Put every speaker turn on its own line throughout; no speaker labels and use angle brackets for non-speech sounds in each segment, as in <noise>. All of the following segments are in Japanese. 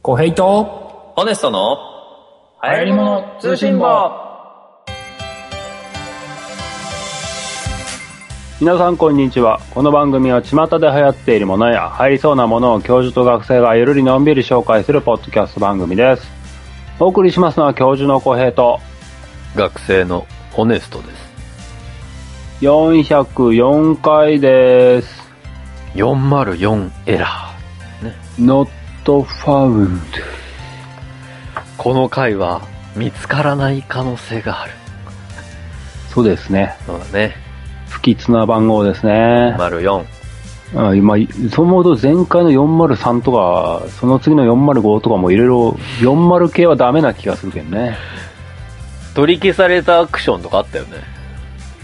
小平と
オネストの
流行り物通信簿
皆さんこんにちはこの番組は巷で流行っているものや入りそうなものを教授と学生がゆるりのんびり紹介するポッドキャスト番組ですお送りしますのは教授の小平と
学生のホネストです。
404回です
404エラー。
Not found
この回は見つからない可能性がある。
そうですね
そうだね。
不吉な番号ですね、
404。
あ、今そう思うと前回の403とかその次の405とかもいろいろ40系はダメな気がするけどね
取り消されたアクションとかあったよね。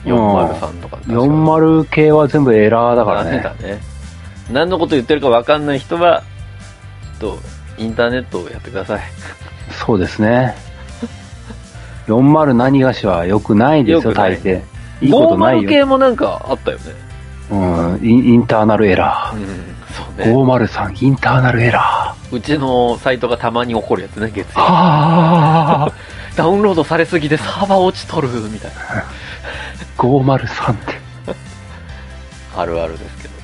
403とか。
40系は全部エラーだ
だ
からね
だね。何のこと言ってるかわかんない人は、ちょっとインターネットをやってください。
そうですね。40何がしは良くないですよ、
良くない
大抵。いいことない
50
よ。
系もなんかあったよね。
うん、インインターナルエラ
うん、そう
ー。
ね。
503、インターナルエラー。は
うちのサイトがたまに起こるやつね、月曜。 <laughs>
あ、
ダウンロードされすぎでサーバー落ちとる、みたいな。
503って。
あるあるですけど。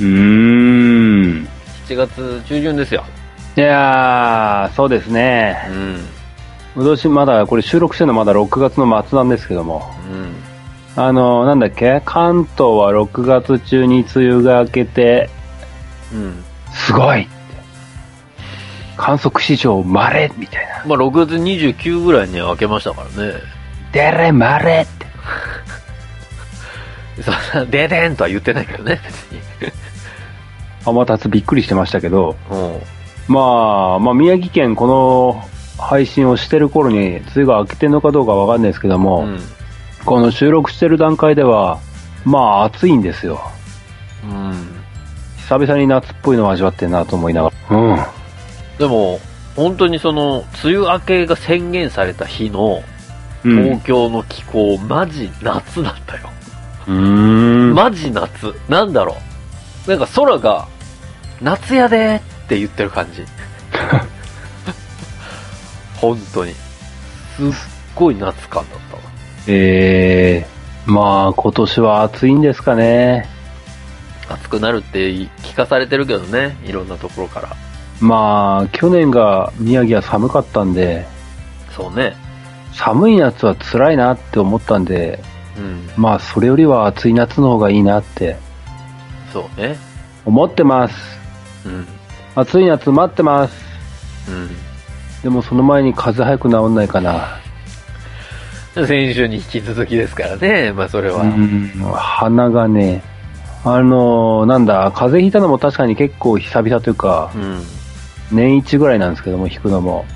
うーん。
7月中旬ですよ。
いやー、そうです
う
ね。
ん。
私まだ、これ収録してるのまだ6月の末なんですけども。
うん。
あの、なんだっけ関東は6月中に梅雨が明けて、
うん。
すごいって観測史上稀みたいな。
まあ、6月29ぐらいには明けましたからね。
デレマレって。
そんな、 <laughs> ででんとは言ってないけどね、別に。
天達びっくりしてましたけど、
うん。
まあ、まあ宮城県この配信をしてる頃に梅雨が明けてるのかどうかわかんないですけども、
うん。
この収録してる段階では、まあ暑いんですよ。
うん。
久々に夏っぽいのを味わってるなと思いながら。うん。
でも、本当にその、梅雨明けが宣言された日の、
うん
東京の気候、マジ夏だったよ。
うーん。
マジ夏。なんだろう。なんか空が、夏やでーって言ってる感じ。本当に。すっごい夏感だったわ。
えー、まあ今年は暑いんですかね。
暑くなるって聞かされてるけどね、いろんなところから。
まあ去年が宮城は寒かったんで、
そうね。
寒い夏は辛いなって思ったんで、
うん。
まあそれよりは暑い夏の方がいいなって
そうね。
思ってます
うん。
暑い夏待ってます
う。
でもその前に風邪早く治んないかなん
先週に引き続きですからね、まあそれは。
うん鼻がねあのーなんだ風邪ひいたのも確かに結構久々というか
うん。
年一ぐらいなんですけども引くのも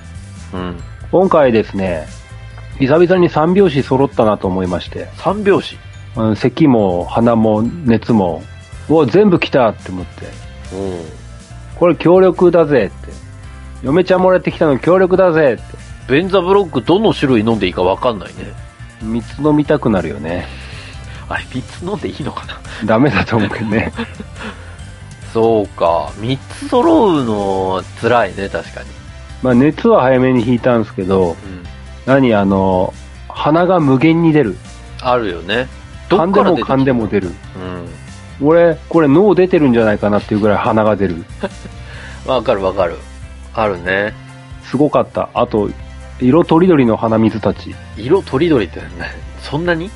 うん。
今回ですね久々に三拍子揃ったなと思いまして
三拍子。
うん咳も鼻も熱もうわ全部来たって思って
うん。
これ協力だぜって嫁ちゃんもらってきたの協力だぜって
ベンザブロックどの種類飲んでいいかわかんないね。
三つ飲みたくなるよね。 <laughs>
あれ、三つ飲んでいいのかな
ダメだと思うけどね。
そうか。三つ揃うの、辛いね、確かに。
まあ熱は早めに引いたんですけど、
うん。
何あの、鼻が無限に出る。
あるよね。ど
噛
っ
ん
か
で
ら
も
出てきた
噛んでも出る。
うん。
俺、これ脳出てるんじゃないかなっていうぐらい鼻が出る。
わかるわかる。あるね。
すごかった。あと、色とりどりの鼻水たち。
色とりどりって何、そんなに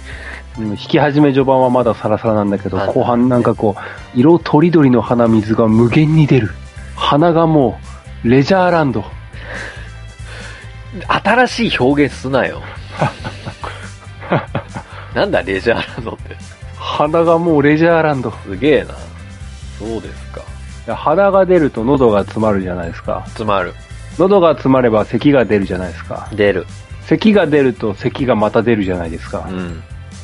うん引き始め序盤はまだサラサラなんだけど、
はい
後半なんかこう、色とりどりの鼻水が無限に出る。鼻がもう、レジャーランド。
新しい表現すな <laughs> よ。なんだレジャーランドって。
鼻がもうレジャーランド。い
すげえな。そうですか。
や鼻が出ると喉が詰まるじゃないですか。
つまる。
喉が詰まれば咳が出るじゃないですか。
出る。
咳が出ると咳がまた出るじゃないです
う
か。
ん。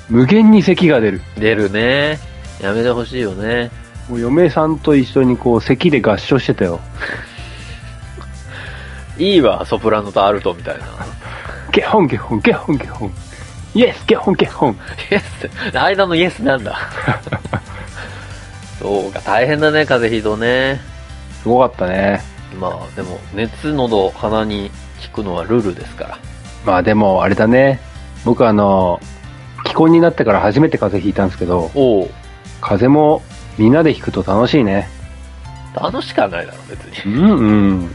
無限に咳が出る。
出るね。やめてほしいよね。
もう嫁さんと一緒にこう咳で合唱してたよ。
いいわ、ソプラノとアルトみたいな。 <laughs>
ゲホンゲホンゲホンゲホン。イエスゲホンゲホン。
イエスって、間のイエスなん <laughs> だ。そうか、大変だね、風邪ひいとね。
すごかったね。
まあでも熱喉鼻に効くのはルールですから
まあでも、あれだね。僕あの、既婚になってから初めて風邪ひいたんですけど、
おお
風邪もみんなでひくと楽しいね。
楽しくはないだろ別に
うんうん。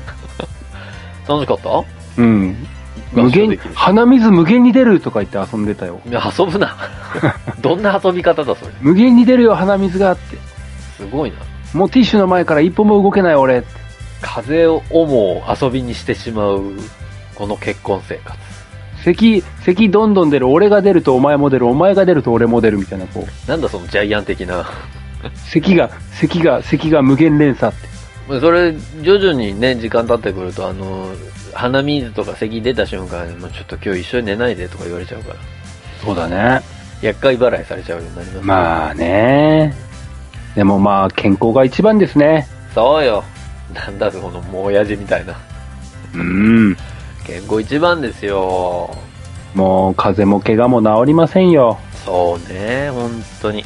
楽しかった
うん。無限に、
合唱できる
鼻水無限に出るとか言って遊んでたよ。
いや遊ぶ <laughs> などんな遊び方だそれ
無限に出るよ、鼻水がって。
すごいな
もうティッシュの前から一歩も動けない俺って。
風をも遊びにしてしまうこの結婚生活
咳、咳どんどん出る、俺が出るとお前も出る、お前が出ると俺も出るみたいな、こう。
なんだそのジャイアン的な
咳が、咳が、咳が無限連鎖って。
それ徐々にね時間経ってくるとあの鼻水とか咳出た瞬間にもうちょっと今日一緒に寝ないでとか言われちゃうから
そうだね。
厄介払いされちゃうようになります
まあね。でもまあ、健康が一番ですね。
そうよなんだこのもう親父みたいな
うん。
健康一番ですよ
もう、風邪も怪我も治りませんよ。
そうね本当に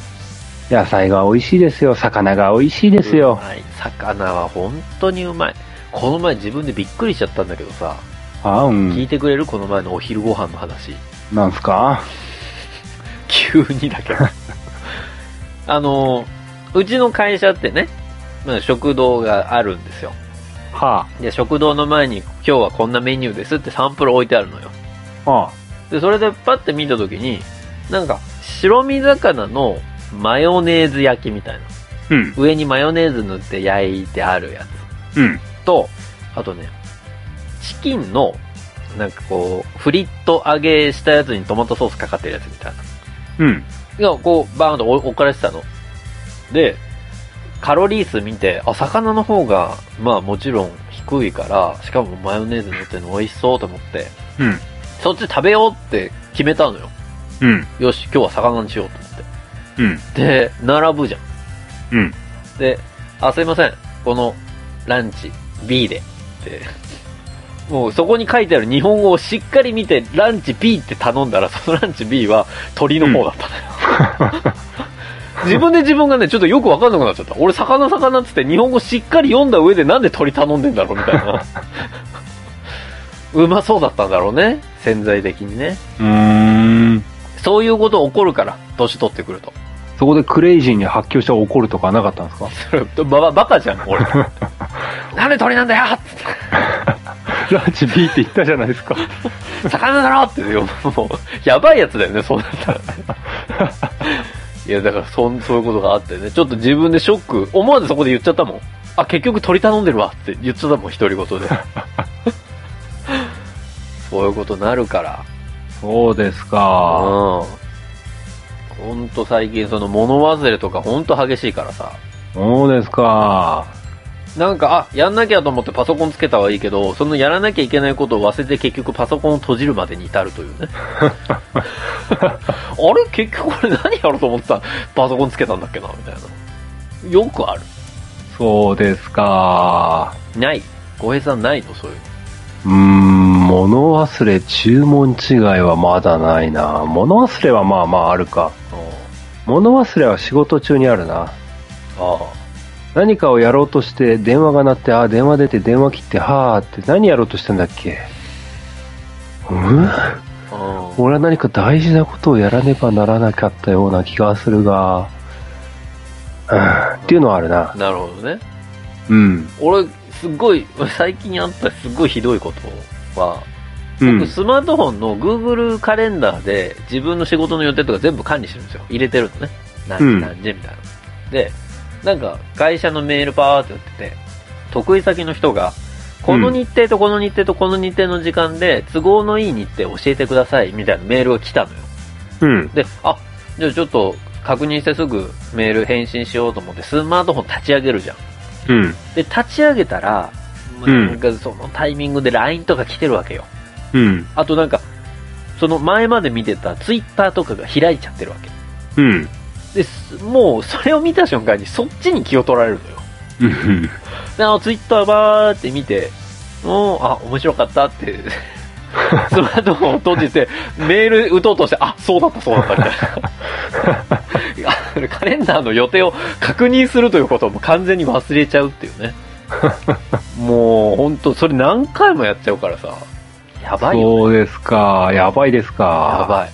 野菜が美味しいですよ。魚が美味しいです
う
よ。
まい魚は本当にうまいこの前自分でびっくりしちゃったんだけどさ、
あ、う
聞
ん
い。てくれるこの前のお昼ご飯の話
なんすか
急にだけど <laughs> あのうちの会社ってねまあ食堂があるんですよ
は
で食堂の前に今日はこんなメニューですってサンプル置いてあるのよ
あ。はあ。
で、それでパッて見たときに、なんか、白身魚のマヨネーズ焼きみたいな。
うん。
上にマヨネーズ塗って焼いてあるや
うん。
つと、あとね、チキンの、なんかこう、フリット揚げしたやつにトマトソースかかってるやつみたいな。
うん。
が、こう、バーンとお追っからしてたの。で、カロリー数見て、あ、魚の方が、まあもちろん低いから、しかもマヨネーズ塗ってるの美味しそうと思って、
うん。
そっち食べようって決めたのよ。
うん。
よし、今日は魚にしようと思っ
うん。
て。で、並ぶじゃん。
うん。
で、あ、すいません。この、ランチ、B で。って。もうそこに書いてある日本語をしっかり見て、ランチ B って頼んだら、そのランチ B は鳥の方だったのよ。自分で自分がね、ちょっとよくわかんなくなっちゃった。俺、魚魚っつって日本語しっかり読んだ上でなんで鳥頼んでんだろうみたいな。 <laughs> うまそうだったんだろうね。潜在的にね。
うーん。
そういうこと起こるから、年取ってくると。 <laughs>
そこでクレイジーに発狂して怒るとかなかったんですか
ばばバカじゃん、俺。なんで鳥なんだよっつっ
ランチ B って言ったじゃないですか。
て魚だろって言うよ、もう、やばいやつだよね、そうなったら。いや、だからそん、そういうことがあってね、ちょっと自分でショック、思わずそこで言っちゃったもん。あ、結局鳥頼んでるわって言っちゃったもん、独り言で。そういうことなるから。
そうです
うん
か。。
ほんと最近、その物忘れとかほんと激しいからさ。
そうですか。
なんか、あ、やんなきゃと思ってパソコンつけたはいいけど、そのやらなきゃいけないことを忘れて結局パソコンを閉じるまでに至るというね。あれ結局これ何やろうと思ってたパソコンつけたんだっけなみたいな。よくある。
そうですか。
ない。ご平さんないのそういう
うーん、物忘れ、注文違いはまだないな。物忘れはまあまああるか。
の。
物忘れは仕事中にあるな。
あ
何かをやろうとして電話が鳴って、ああ、電話出て、電話切って、はあって、何やろうとしたんだっけうん
あ。うん。
俺は何か大事なことをやらねばならなかったような気がするが、うん、っていうのはあるな。
なるほどね。
うん。
俺、すっごい、最近あったすっごいひどいことは、
う
僕
ん。
スマートフォンの Google カレンダーで自分の仕事の予定とか全部管理してるんですよ。入れてるのね。何
うん
時何時みたいな。で、なんか会社のメールパーって打ってて、得意先の人が、この日程とこの日程とこの日程の時間で都合のいい日程教えてくださいみたいなメールが来たのよ。
うん。
で、あ、じゃあちょっと確認してすぐメール返信しようと思ってスマートフォン立ち上げるじゃん。
うん。
で、立ち上げたら、
うん
なんかそのタイミングで LINE とか来てるわけよ。
うん。
あとなんか、その前まで見てたツイッターとかが開いちゃってるわけ。
うん。
で、すもうそれを見た瞬間にそっちに気を取られるのよ。
うん。
で、あのツイッターバーって見て、もう、あ、面白かったって、 <laughs> スマートフォンを閉じて、メール打とうとして、あ、そうだった、そうだった、 <laughs> みたいな。あカレンダーの予定を確認するということも完全に忘れちゃうっていうね。もう、ほんと、それ何回もやっちゃうからさ。やばいよ。
そうですか。やばいですか。
やば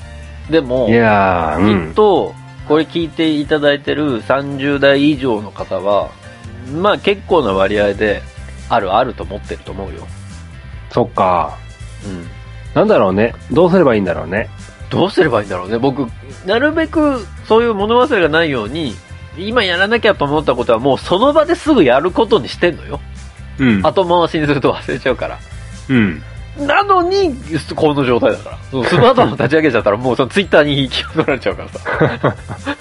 い。でも、
いやー、う
きっ
ん。
と、これ聞いていただいてる30代以上の方は、まあ結構な割合で、あるあると思ってると思うよ。
そっか。
うん。
なんだろうね。どうすればいいんだろうね。
どうすればいいんだろうね。僕、なるべくそういう物忘れがないように、今やらなきゃと思ったことはもうその場ですぐやることにしてんのよ。
うん。
後回しにすると忘れちゃうから。
うん。
なのに、この状態だから。そうスマートフォン立ち上げちゃったらもうそのツイッターに引き取られちゃうからさ。 <laughs>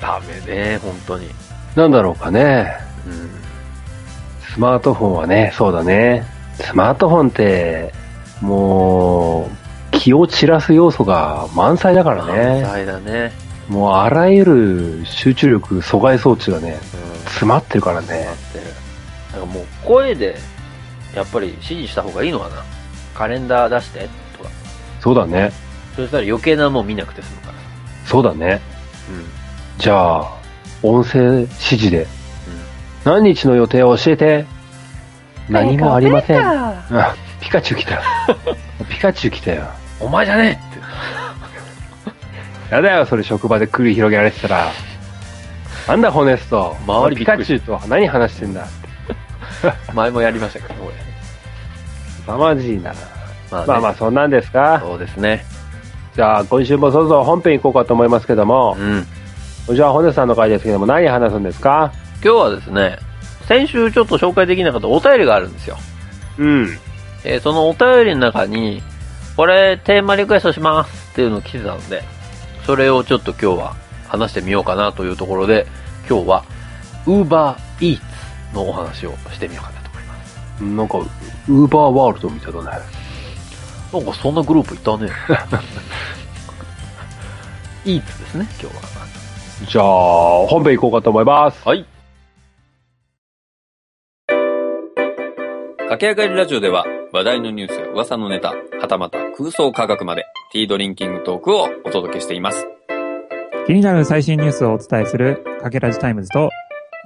ダメね、本当に。
なんだろうかね。
うん
スマートフォンはね、そうだね。スマートフォンって、もう、気を散らす要素が満載だから
犯
ね。
罪だね。
もうあらゆる集中力阻害装置がね、
うん
詰まってるからね
な。ってる。なんかもう声で、やっぱり指示した方がいいのかな。カレンダー出してとか。
そうだね。
そしたら余計なもん見なくて済むから。
そうだね。
うん。うん。
じゃあ、音声指示で、何日の予定を教えて。何もありません。あ、ピカチュウ来
<laughs>
た。ピカチュウ来たよ。
お前じゃねえって。
やだよ、それ職場で繰り広げられてたら。なんだ、ホネスト。
周りび
ピ
っく
カ
りし
チュウとは何話してんだ。
前もやりましたけど、これ。
凄まじいな。
まあね
まあまあ、そんなんですか。
そうですね。
じゃあ、今週もそろそろ本編行こうかと思いますけども
う、ん。
じゃあ、ホネストさんの回ですけども、何話すんですか
今日はですね、先週ちょっと紹介できなかったお便りがあるんですよ。
うん。
えーそのお便りの中に、これテーマリクエストしますっていうのを来てたので、それをちょっと今日は話してみようかなというところで、今日は Uber Eats のお話をしてみようかなと思います。
なんか、ウーバーワールドみたいだね。
なんかそんなグループい
<laughs>
たね。Eats ですね、今日は。
じゃあ、本編行こうかと思います。
はい。
駆け上がりラジオでは話題のニュースや噂のネタ、はたまた空想科学までティードリンキングトークをお届けしています。
気になる最新ニュースをお伝えする、かけらじタイムズと、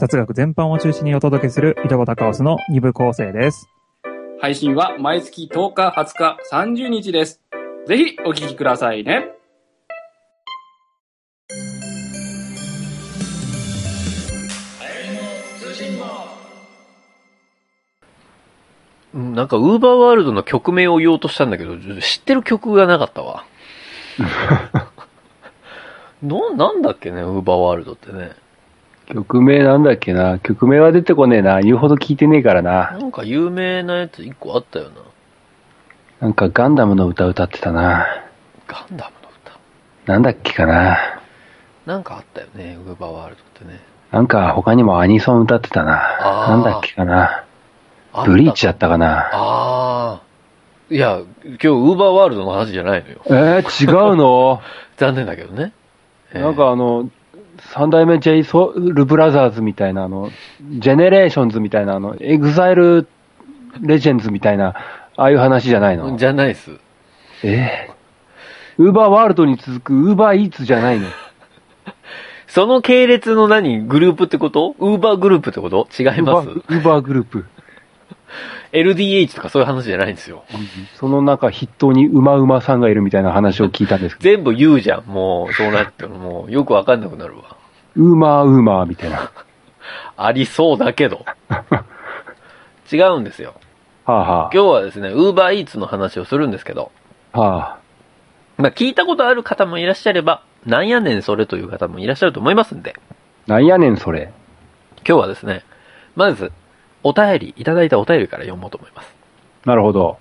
雑学全般を中心にお届けする、いとこたかおすの2部構成です。
配信は毎月10日、20日、30日です。ぜひお聞きくださいね。
うんなんか Uber ワールドの曲名を言おうとしたんだけど、知ってる曲がなかっ
<laughs>
たわ。な、なんだっけね、Uber ワールドってね。
曲名なんだっけな曲名は出てこねえな言うほど聞いてねえからな
なんか有名なやつ一個あったよな。
なんかガンダムの歌歌ってたな
ガンダムの歌。
なんだっけかな
なんかあったよね、ウーバーワールドってね。
なんか他にもアニソン歌ってたな
あー
なんだっけかな
あった
ブリーチだったかな
ああ。いや、今日ウーバーワールドの話じゃないのよ。
えー、違うの
残念だけどね。 <laughs> えー
なん、かあの三代目 j ソウルブラザーズみたいなあのジェネレーションズみたいなあのエグザイルレジェンズみたいなああいう話じゃないの
じゃないっす。
えウーバーワールドに続くウーバーイーツじゃないの
その系列の何グループってことウーバーグループってこと違い
ウーバ
ま
ー
す
ウーバーグループ
?LDH とかそういう話じゃないんですよ。
その中筆頭にうまうまさんがいるみたいな話を聞いたんですけ
全部言うじゃん、もう。そうなってるもう、よくわかんなくなるわ。
ど、うまうまみたいな。は
ありそうだ
<laughs>
けど。違うんですよ。
あは
今日はですね、ウーバーイーツの話をするんですけど、
あ。はあ。
まあ、聞いたことある方もいらっしゃれば、なんやねんそれという方もいらっしゃると思いますんで、
なんやねんそれ。
今日はですね、まず、お便り、いただいたお便りから読もうと思います。
なるほど。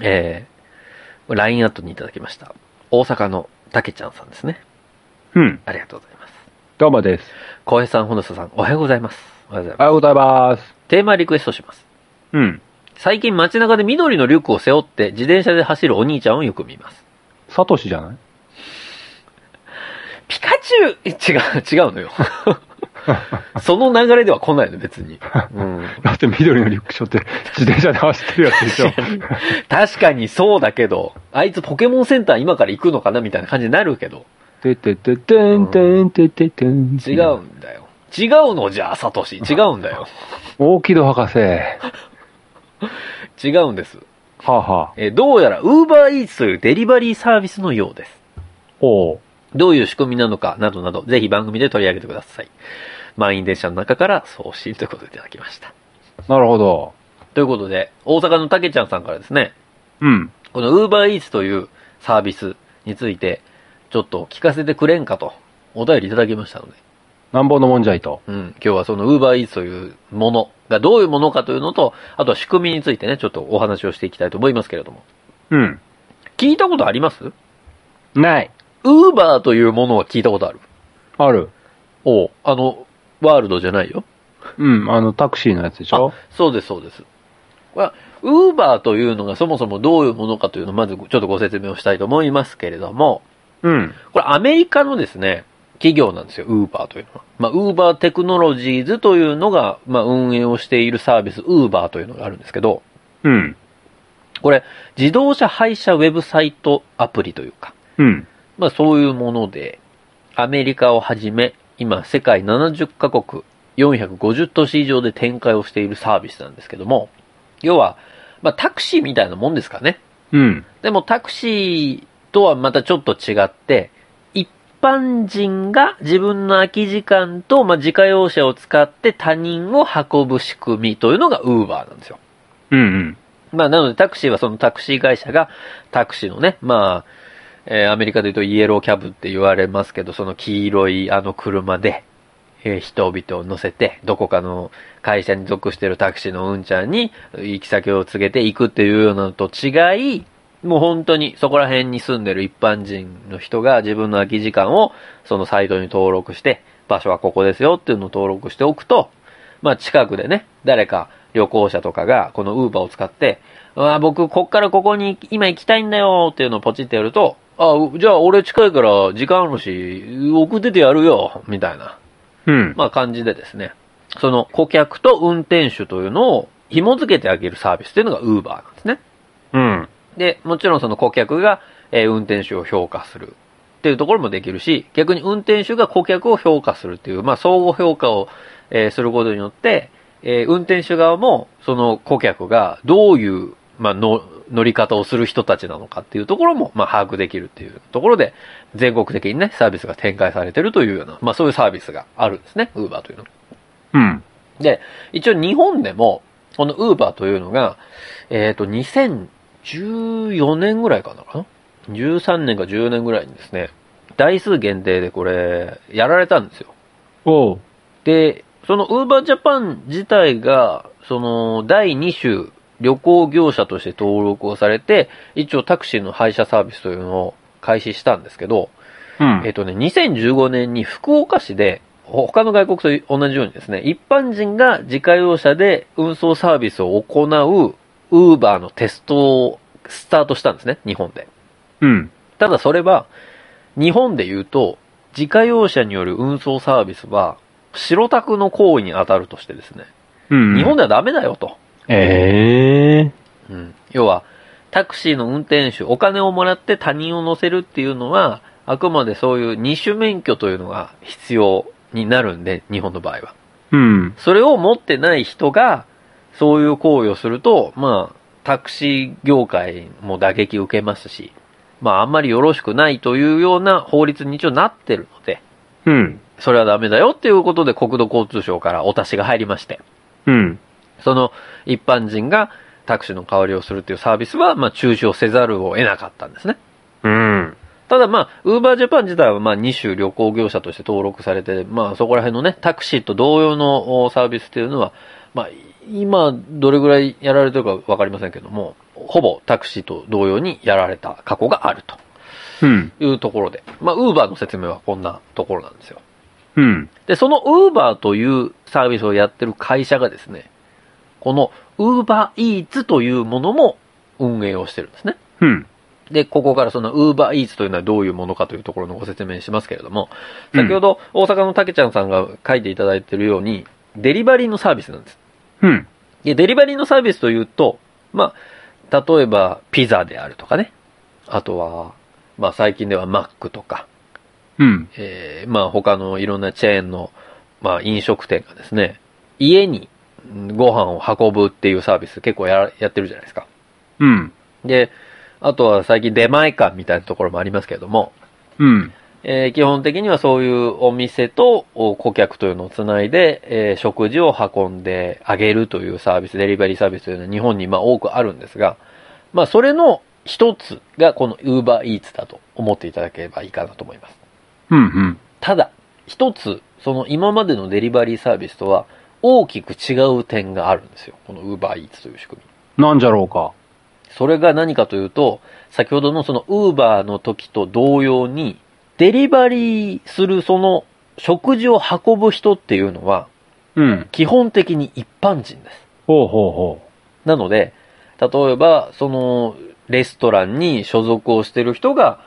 えー、LINE アットにいただきました。大阪のたけちゃんさんですね。
うん。
ありがとうございます。
どうもです。
小平さん、ほのささん、おはようございます。おはようござい
お
ま
はようございます。
す。テーマリクエストします。
うん。
最近街中で緑のリュックを背負って自転車で走るお兄ちゃんをよく見ます。
サトシじゃない
ピカチュウ <laughs> え違う、違うのよ。その流れでは来ないの、別に。うん。
だって緑のリュックショって自転車で走ってるやつでし <laughs> ょ。
確かにそうだけど、あいつポケモンセンター今から行くのかなみたいな感じになるけど、
ててててんてんてててん。
違う。んだよ。違うのじゃあ、サトシ。違うんだよ。
大木戸博士。
違うんです。
はあ、はあ、
えーどうやら、ウーバーイーツというデリバリーサービスのようです。
おう。
どういう仕組みなのかなどなど、ぜひ番組で取り上げてください。満員電車の中から送信ということでいただきました。
なるほど。
ということで、大阪のたけちゃんさんからですね、
うん。
この UberEats というサービスについて、ちょっと聞かせてくれんかと、お便りいただきましたので、
なんぼのもんじゃいと。
うん、今日はその UberEats というものがどういうものかというのと、あとは仕組みについてね、ちょっとお話をしていきたいと思いますけれども。
うん。
聞いたことあります
ない。
?Uber というものは聞いたことある。
ある。
おうあの、ワールドじゃないよ。
うん。あの、タクシーのやつでしょ
そうです、そうです。これは、ウーバーというのがそもそもどういうものかというのをまずちょっとご説明をしたいと思いますけれども、
うん。
これアメリカのですね、企業なんですよ、ウーバーというのは。まあ、ウーバーテクノロジーズというのが、まあ、運営をしているサービス、ウーバーというのがあるんですけど、
うん。
これ、自動車配車ウェブサイトアプリというか、
うん。
まあ、そういうもので、アメリカをはじめ、今、世界70カ国、450都市以上で展開をしているサービスなんですけども、要は、まあ、タクシーみたいなもんですかね。
うん。
でも、タクシーとはまたちょっと違って、一般人が自分の空き時間と、まあ、自家用車を使って他人を運ぶ仕組みというのが Uber なんですよ。
うん。うん。
まあ、なのでタクシーはそのタクシー会社が、タクシーのね、まあ、えーアメリカで言うとイエローキャブって言われますけど、その黄色いあの車で、えー人々を乗せて、どこかの会社に属しているタクシーのうんちゃんに、行き先を告げて行くっていうようなのと違い、もう本当にそこら辺に住んでる一般人の人が自分の空き時間をそのサイトに登録して、場所はここですよっていうのを登録しておくと、まあ近くでね、誰か旅行者とかがこのウーバーを使って、ああ、僕こっからここに今行きたいんだよっていうのをポチってやると、ああ、じゃあ俺近いから時間あるし、送っててやるよ、みたいな、
うん。
まあ感じでですね、その顧客と運転手というのを紐付けてあげるサービスというのがウーバーなんですね。
うん。
で、もちろんその顧客が、えー運転手を評価するっていうところもできるし、逆に運転手が顧客を評価するっていう、まあ相互評価を、えーすることによって、えー運転手側もその顧客がどういう、まあの乗り方をする人たちなのかっていうところも、まあ把握できるっていうところで、全国的にね、サービスが展開されてるというような、まあそういうサービスがあるんですね、ウーバーというのは
うん。
で、一応日本でも、この Uber というのが、えっ、と、2014年ぐらいかなかな ?13 年か14年ぐらいにですね、台数限定でこれ、やられたんですよ。
おう。
で、その Uber Japan 自体が、その、第2週旅行業者として登録をされて、一応タクシーの配車サービスというのを開始したんですけど、
う
えっ
ん。
とね、2015年に福岡市で、ほ他の外国と同じようにですね、一般人が自家用車で運送サービスを行う、ウーバーのテストをスタートしたんですね、日本で。
うん。
ただそれは、日本で言うと、自家用車による運送サービスは、白タクの行為に当たるとしてですね、
うん。
日本ではダメだよと。
ええ
うん、要は、タクシーの運転手、お金をもらって他人を乗せるっていうのは、あくまでそういう二種免許というのが必要になるんで、日本の場合は。
うん。
それを持ってない人が、そういう行為をすると、まあ、タクシー業界も打撃受けますし、まあ、あんまりよろしくないというような法律に一応なってるので、
うん。
それはダメだよっていうことで国土交通省からお達しが入りまして、
うん。
その一般人がタクシーの代わりをするっていうサービスは、まあ中止をせざるを得なかったんですね。
うん。
ただまあ、ウーバージャパン自体はまあ2種旅行業者として登録されて、まあそこら辺のね、タクシーと同様のおサービスっていうのは、まあ今どれぐらいやられてるかわかりませんけども、ほぼタクシーと同様にやられた過去があると
うん。
いうところで、まあウーバーの説明はこんなところなんですよ。
うん。
で、その Uber というサービスをやってる会社がですね、この UberEats というものも運営をしてるんですね。
うん。
で、ここからその UberEats というのはどういうものかというところのご説明しますけれども、先ほど大阪のたけちゃんさんが書いていただいているように、デリバリーのサービスなんです。
うん。
で、デリバリーのサービスというと、まあ、例えばピザであるとかね、あとは、まあ最近ではマックとか、
うん。
えーまあ他のいろんなチェーンのまあ飲食店がですね、家にうんご飯を運ぶっていうサービス結構やらやってるじゃないですか。
うん。
で、あとは最近出前館みたいなところもありますけれども、
うん。
えー基本的にはそういうお店とお顧客というのをつないで、えー食事を運んであげるというサービス、デリバリーサービスというのは日本にまあ多くあるんですが、まあそれの一つがこの Uber Eats だと思っていただければいいかなと思います。
うん。うん。
ただ、一つ、その今までのデリバリーサービスとは大きく違う点があるんですよ。この Uber Eats という仕組み。
なんじゃろうか。
それが何かというと、先ほどのその Uber の時と同様に、デリバリーするその食事を運ぶ人っていうのは、
うん。
基本的に一般人です。
ほうほうほ
なので、例えば、その、レストランに所属をしてる人が、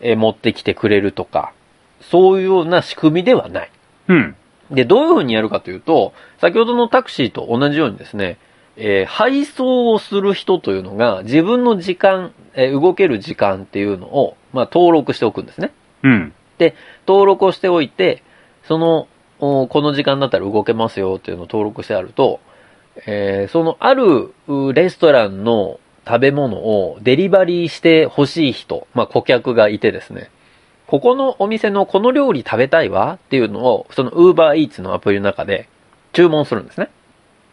えー持ってきてくれるとか、そういうような仕組みではない。
う。うん。
で、どういうふうにやるかというと、先ほどのタクシーと同じようにですね、えー配送をする人というのが自分の時間、えー動ける時間っていうのを、まあ、登録しておくんですね。
うん。
登録をしておいて、その、おこの時間だったら動けますよっていうのを登録してあると、えーそのあるうレストランの食べ物をデリバリーして欲しい人、まあ、顧客がいてですね、ここのお店のこの料理食べたいわっていうのを、その Uber Eats のアプリの中で注文するんですね。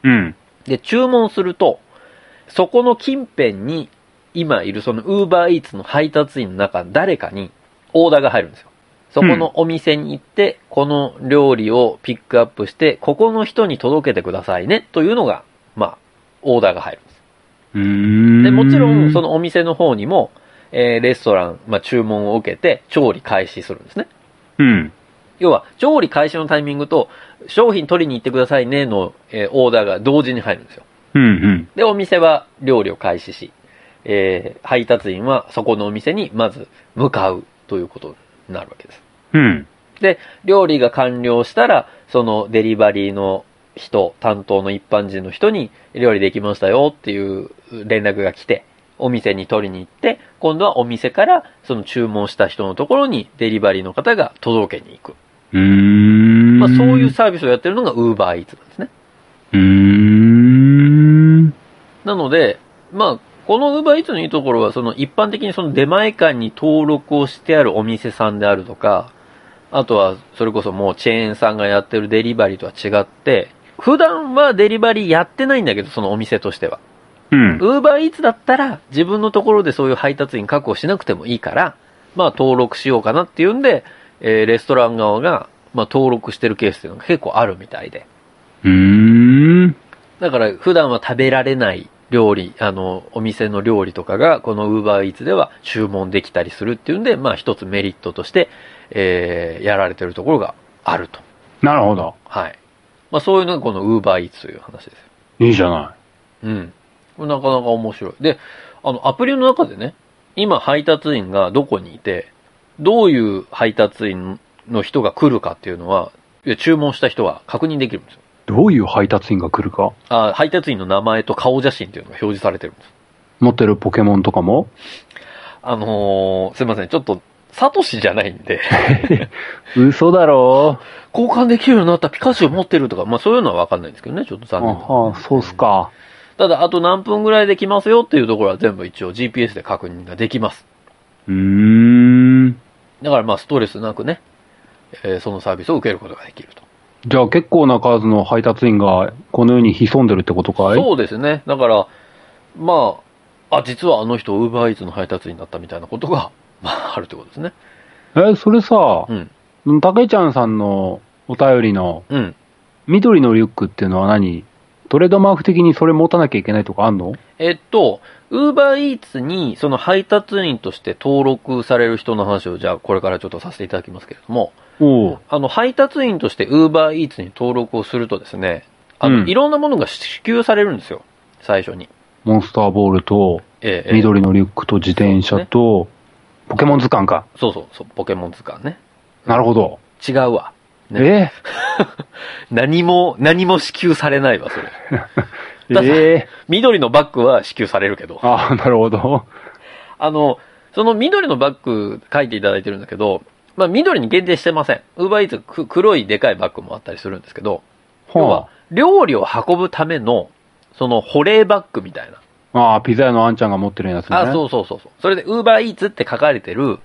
うん。
で、注文すると、そこの近辺に今いるその Uber Eats の配達員の中誰かにオーダーが入るんですよ。そこのお店に行って、この料理をピックアップして、ここの人に届けてくださいねというのが、まあ、オーダーが入るんです。
うーん。
で、もちろんそ。のお店の方にも、えーレストラン、まあ注文を受けて調理開始するんですね。
うん。
要は、調理開始のタイミングと、商品取りに行ってくださいねの、えーオーダーが同時に入るんですよ。
うん。うん。
で、お店は料理を開始し、えー、配達員はそこのお店にまず向かうということになるわけです。
うん。
料理が完了したら、そのデリバリーの人、担当の一般人の人に料理できましたよっていう連絡が来て、お店に取りに行って、今度はお店からその注文した人のところにデリバリーの方が届けに行く。
うーん。
まあそういう。サービスをやってるのが Uber Eats なんですね。
うーん。
なので、まあ、この Uber Eats のいいところは、その一般的にその出前館に登録をしてあるお店さんであるとか、あとは、それこそもうチェーンさんがやってるデリバリーとは違って、普段はデリバリーやってないんだけど、そのお店としては。
うん。
Uber Eats だったら、自分のところでそういう配達員確保しなくてもいいから、まあ登録しようかなっていうんで、えーレストラン側が、まあ登録してるケースっていうのが結構あるみたいで。
うーん。
だから普段は食べられない料理、あの、お店の料理とかが、この Uber Eats では注文できたりするっていうんで、まあ一つメリットとして、えー、やられてるところがあると。
なるほど。
はい。まあそういうのがこの Uber Eats という話ですよ。
いいじゃな
うん。これなかなか面白い。で、あの、アプリの中でね、今配達員がどこにいて、どういう配達員の人が来るかっていうのは、いや注文した人は確認できるんですよ。
い。どういう配達員が来るか
あ配達員の名前と顔写真っていうのが表示されてるんです。
持ってるポケモンとかも
あのー、すいません、ちょっと、サトシじゃないんで、 <laughs>
嘘だろ
交換できるようになったピカチュウ持ってるとか、まあそういうのはわかんないんですけどね、ちょっと
あ
残念ながら
あ、そうっすか。
ただ、あと何分ぐらいで来ますよっていうところは全部一応 GPS で確認ができます。
うーん。
だからまあストレスなくね、えーそのサービスを受けることができると。
じゃあ結構な数の配達員がこの世に潜んでるってことかい
そうですね。だから、まあ、あ、実はあの人、ウーバーイーツの配達員だったみたいなことが、 <laughs> まあ、あるってことですね。
え、それさ
う、ん。
たけちゃんさんのお便りの
うん。
緑のリュックっていうのは何トレードマーク的にそれ持たなきゃいけないとかあんの
えっと、ウーバーイーツにその配達員として登録される人の話をじゃあこれからちょっとさせていただきますけれども、
おう。
あの配達員としてウーバーイーツに登録をするとですね、あの、
うん
いろんなものが支給されるんですよ、最初に。
モンスターボールと、
ええええ
緑のリュックと自転車と、ポケモン図鑑か。
そうそうそう、ポケモン図鑑ね。
なるほど。
違うわ。
え
ね何も、何も支給されないわ、それ。
え
だって
え <laughs>
緑のバッグは支給されるけど、
ああ、なるほど。
あの、その緑のバッグ書いていただいてるんだけど、まあ、緑に限定してません。ウーバーイーツく黒いでかいバッグもあったりするんですけど、要は、料理を運ぶための、その保冷バッグみたいな。
ああ、ピザ屋のあんちゃんが持ってるやつね。
あ、そうそうそうそう。それで、ウーバーイーツって書かれてる、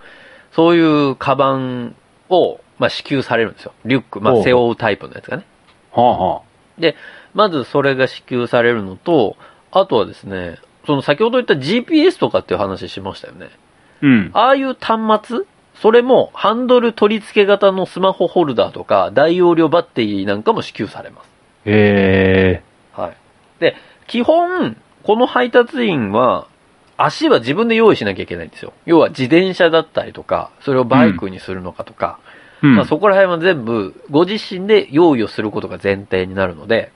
そういうカバンを、まあ、支給されるんですよ。リュック、ま
ほう
あ、背負うタイプのやつがね。
はあ、は
まずそれが支給されるのと、あとはですね、その先ほど言った GPS とかっていう話しましたよね。
あ。うん。
ああいう端末それもハンドル取り付け型のスマホホルダーとか大容量バッテリーなんかも支給されます。
ええ
はい。で、基本、この配達員は、足は自分で用意しなきゃいけないんですよ。要は自転車だったりとか、それをバイクにするのかとか、
うん。
まあそこら辺は全部ご自身で用意をすることが前提になるので、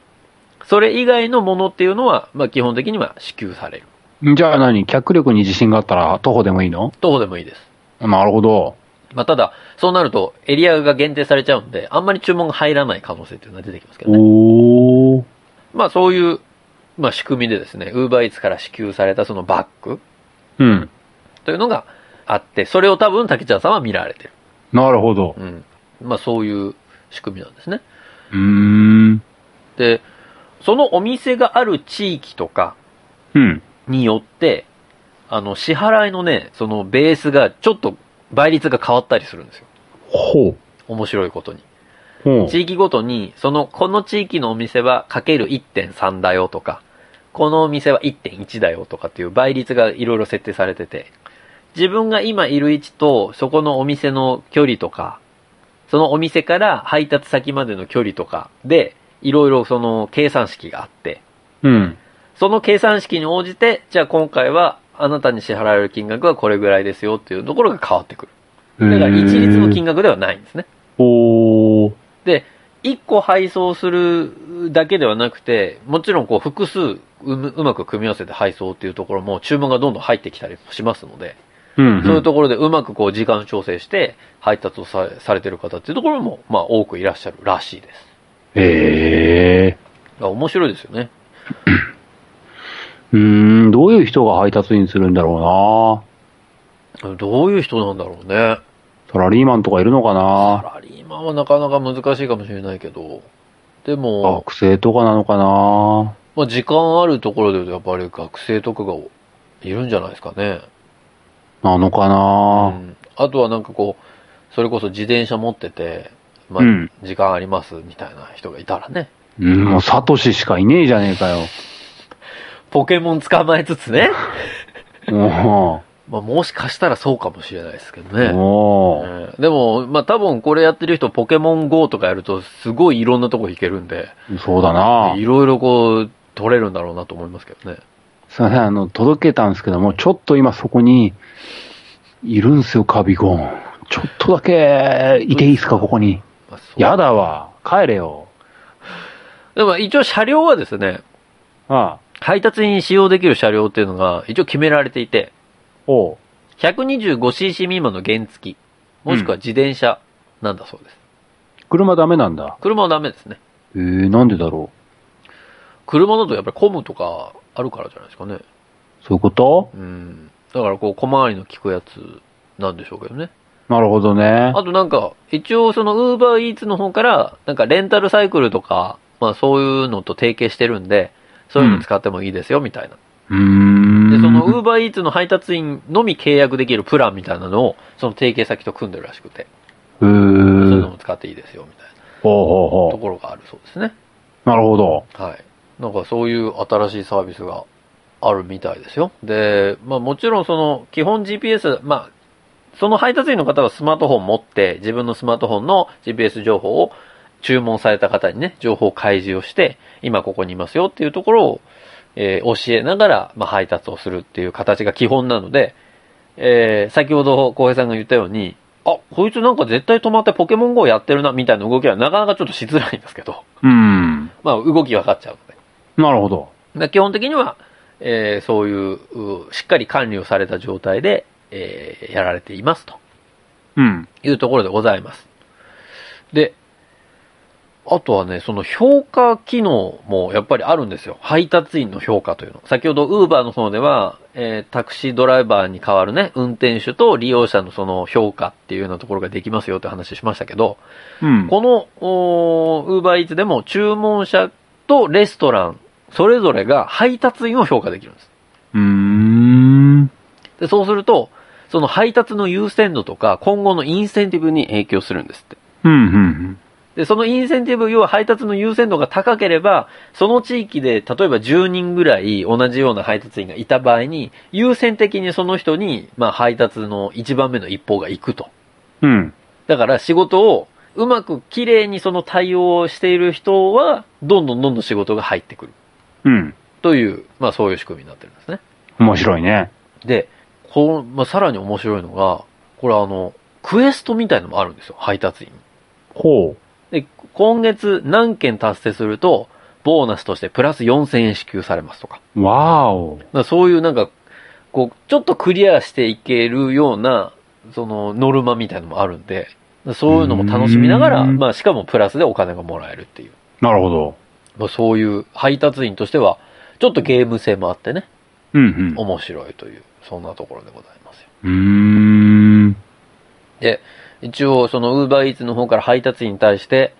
それ以外のものっていうのは、まあ基本的には支給される。
じゃあ何脚力に自信があったら徒歩でもいいの
どうでもいいです。
なるほど。
まあただ、そうなるとエリアが限定されちゃうんで、あんまり注文が入らない可能性っていうのは出てきますけどね。
おー。
まあそういう、まあ仕組みでですね、UberEats から支給されたそのバッグ
うん。
というのがあって、それを多分竹ちゃんさんは見られてる。
なるほど。
うん。まあそういう仕組みなんですね。
うーん。
で、そのお店がある地域とか
うん。
によって、あの、支払いのね、そのベースがちょっと倍率が変わったりするんですよ。
ほう。
面白いことに。
ほう。
地域ごとに、その、この地域のお店はかける1.3だよとか、このお店は1.1だよとかっていう倍率がいろいろ設定されてて、自分が今いる位置と、そこのお店の距離とか、そのお店から配達先までの距離とかで、いろいろその計算式があって、
うん。
その計算式に応じて、じゃあ今回はあなたに支払われる金額はこれぐらいですよっていうところが変わってくる。
だ
だから一律の金額ではないんですね。
おー。
一個配送するだけではなくて、もちろんこう複数うむうまく組み合わせて配送っていうところも注文がどんどん入ってきたりもしますので、
うん、うん。
そういうところでうまくこう時間調整して配達をさされてる方っていうところもまあ多くいらっしゃるらしいです。
ええ
だから面白いですよね。
うーん、どういう人が配達員するんだろ
どういう人なんだろうね。
うな。サラリーマンとかいるのか
サ
な
ラリーマンはなかなか難しいかもしれないけど、でも、
学生とかなのかな
まあ、時間あるところで言うとやっぱり学生とかがいるんじゃないですかね。
なのか
う
なん
あとはなんかこう、それこそ自転車持ってて、まあ
うん、
時間ありますみたいな人がいたらね。
うん、もうサトシしかいねえじゃねえかよ。
ポケモン捕まえつ
<laughs>
つ <laughs> ね。
も
まあ、もしかしたらそうかもしれないですけど
う、
ね。
もう、
ええでも、まあ、多分これやってる人、ポケモン GO とかやると、すごいいろんなとこ弾けるんで、
そうだない
ろいろこう、取れるんだろうなと思いますけどね。
すいません、あの、届けたんですけども、ちょっと今そこに、いるんすよ、カビゴン。ちょっとだけ、いていいですか、ここに。
まあそう
やだわ、帰れよ。
でも一応車両はですね、
ああ、
配達に使用できる車両っていうのが一応決められていて、
おう。
125cc 未満の原付き、もしくは自転車なんだそうです。
車ダメなんだ。
車はダメですね。
えー、なんでだろ
車だとやっぱり混むとかあるからじゃないですかね。
う。そういうこと
うん。だからこう小回りの効くやつなんでしょうけどね。
なるほどね。
あとなんか、一応その Uber Eats の方から、なんかレンタルサイクルとか、まあそういうのと提携してるんで、そういうの使ってもいいですよみたいな。
うーん。
で、その Uber Eats の配達員のみ契約できるプランみたいなのを、その提携先と組んでるらしくて、
う
そういう
ー
の
ん。
も使っていいですよみたい
ほう
な
ほう
と
ほ
ころがあるそうですね。
う。なるほど。
はい。なんかそういう新しいサービスがあるみたいですよ。で、まあもちろんその基本 GPS、まあ、その配達員の方はスマートフォン持って自分のスマートフォンの GPS 情報を注文された方にね、情報を開示をして、今ここにいますよっていうところを、えー教えながら、まあ、配達をするっていう形が基本なので、えー先ほど浩平さんが言ったように、あ、こいつなんか絶対止まってポケモン GO やってるなみたいな動きはなかなかちょっとしづらいんですけど、
うん。
まあ動き分かっちゃうので。
なるほど。
だ基本的には、えーそういううしっかり管理をされた状態で、えーやられていますと
うん。
いうところでございます。で、あとはね、その評価機能もやっぱりあるんですよ。配達員の評価というの。先ほど Uber の方では、えータクシードライバーに代わるね、運転手と利用者のその評価っていうようなところができますよって話しましたけど、
うん。
この、おー Uber Eats でも注文者とレストラン、それぞれが配達員を評価できるんです。
うーん。
で、そうすると、その配達の優先度とか、今後のインセンティブに影響するんですって。
うん、うん、
で、そのインセンティブ、要は配達の優先度が高ければ、その地域で、例えば10人ぐらい同じような配達員がいた場合に、優先的にその人に、まあ配達の1番目の一方が行くと。
うん。うん。
だから仕事をうまく綺麗にその対応をしている人は、どんどんどんどん仕事が入ってくる。
うん。
という、まあそういう仕組みになってるんですね。
面白いね。
で、こう、まあさらに面白いのが、これあの、クエストみたいのもあるんですよ、配達員。
ほ
で、今月何件達成すると、ボーナスとしてプラス4000円支給されますとか。
う。わーお。
だからそういうなんか、こう、ちょっとクリアしていけるような、その、ノルマみたいのもあるんで、そういうのも楽しみながら、
うーん
まあ、しかもプラスでお金がもらえるっていう。
なるほど。
まあ、そういう配達員としては、ちょっとゲーム性もあってね、
うん、
面白いという、そんなところでございますよ。
うん。うーん。
一応、その、ウーバーイーツの方から配達員に対して、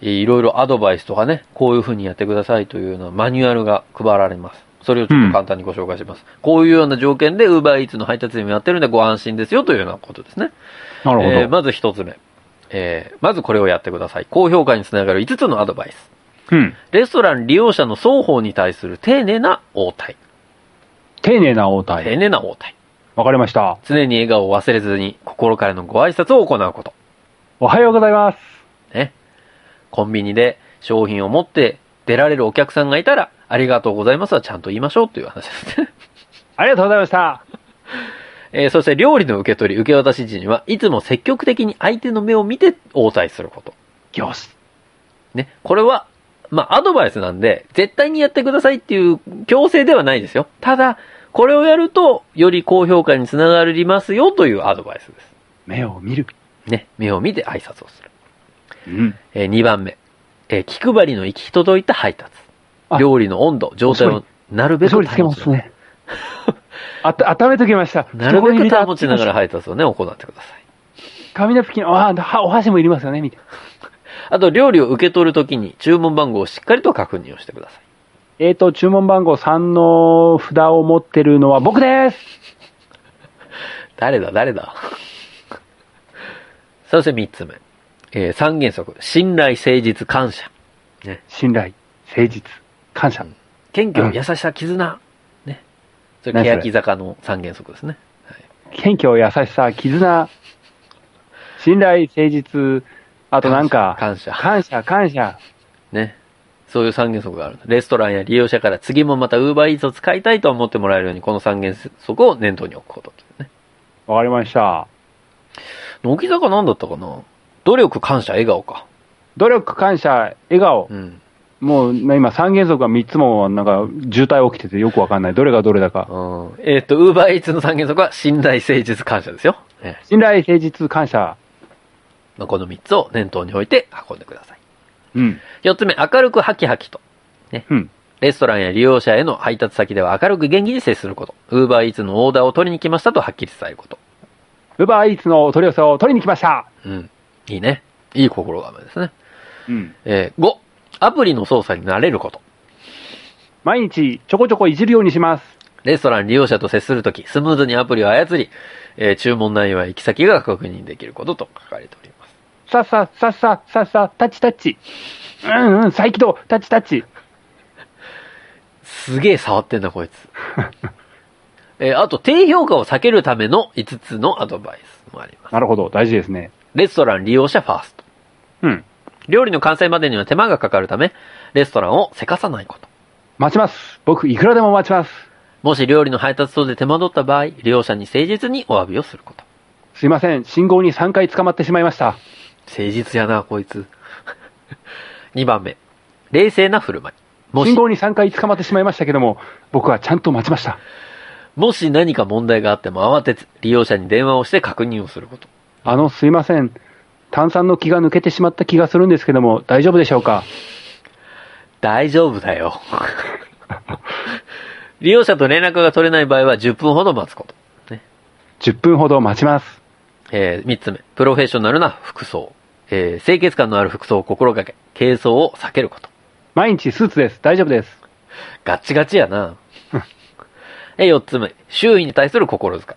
いろいろアドバイスとかね、こういう風にやってくださいというようなマニュアルが配られます。それをちょっと簡単にご紹介します。こういうような条件で、ウーバーイーツの配達員もやってるんでご安心ですよというようなことですね。
なるほど。
えーまず一つ目。えーまずこれをやってください。高評価につながる5つのアドバイス。
うん。
レストラン利用者の双方に対する丁寧な応対。
丁寧な応
丁
対。
寧な応対。
わかりました。
常に笑顔を忘れずに、心からのご挨拶を行うこと。
おはようございます。
ね。コンビニで商品を持って出られるお客さんがいたら、ありがとうございますはちゃんと言いましょうという話です <laughs> ね。
ありがとうございました。
えーそして料理の受け取り、受け渡し時には、いつも積極的に相手の目を見て応対すること。
よし。
ね。これは、まあ、アドバイスなんで、絶対にやってくださいっていう強制ではないですよ。ただ、これをやると、より高評価につながりますよというアドバイスで
目を見る。
す。ね。目を見て挨拶をする。
うん。
え2番目。えー気配りの行き届いた配達
あ。
料理の温度、状態をなるべく
処理つけ
保
ま
つ
す。ね。あた、温めときました。
なるべく
た
保ちながら。配達をね、行ってください。
紙ナプキン、ああ、はお箸もいりますよね、みたいな。
あと、料理を受け取るときに注文番号をしっかりと確認をしてください。
えーと、注文番号3の札を持ってるのは僕です
誰だ、誰だ。 <laughs> そして3つ目。え3原則。信頼、誠実、感謝。
信頼、誠実、感謝。
謙
う
虚、
ん
優しさ、絆。ね。それ、
何それ
欅坂の3原則ですね。
謙虚、優しさ、絆、信頼、誠実、あ
あ
となんか、
感謝。感謝
感謝、感謝。
ね。そういう三原則がある。レストランや利用者から次もまた Uber Eats を使いたいと思ってもらえるように、この三原則を念頭に置くことですね。
わかりました。
乃木坂何だったかな努力、感謝、笑顔か。
努力、感謝、笑顔
う。ん。
もう、ね今、三原則が3つも、なんか、渋滞起きててよくわかんない。どれがどれだか。
うん、えっ、と、Uber Eats の三原則は、信頼、誠実、感謝ですよ。ね、
信頼、誠実、感謝。
まあこの三つを念頭に置いて運んでください。
うん。
四つ目、明るくハキハキと。ね。
うん
レストランや利用者への配達先では明るく元気に接すること。Uber Eats のオーダーを取りに来ましたとはっきり伝えること。
ウーバーイーツのお取り寄せを取りに来ました。
うん。いいね。いい心構えですね。
うん。
えー、5、アプリの操作に慣れること。
毎日、ちょこちょこいじるようにします。
レストラン利用者と接するとき、スムーズにアプリを操り、えー注文内容や行き先が確認できることと書かれております。
さっさ、さっさ、さっさ、タッチタッチ。うんうん、再起動、タッチタッチ。
すげえ触ってんな、こ
<laughs>
いつ。えーあと、低評価を避けるための5つのアドバイスもあります。
なるほど、大事ですね。
レストラン利用者ファースト。
うん。
料理の完成までには手間がかかるため、レストランをせかさないこと。
待ちます。僕、いくらでも待ちます。
もし料理の配達等で手間取った場合、利用者に誠実にお詫びをすること。
すいません、信号に3回捕まってしまいました。
誠実やな、こいつ。2番目。冷静な振る舞い。も
信
し、
号に3回捕まってしまいましたけども、僕はちゃんと待ちました。
もし何か問題があっても慌てず、利用者に電話をして確認をすること。
あの、すいません。炭酸の気が抜けてしまった気がするんですけども、大丈夫でしょうか
大丈夫だよ。 <laughs> 利用者と連絡が取れない場合は10分ほど待つこと。
?10 分ほど待ちます。
えー、3つ目、プロフェッショナルな服装。えー、清潔感のある服装を心がけ、軽装を避けること。
毎日スーツです。大丈夫です。
ガチガチやな。えー、4つ目、周囲に対する心遣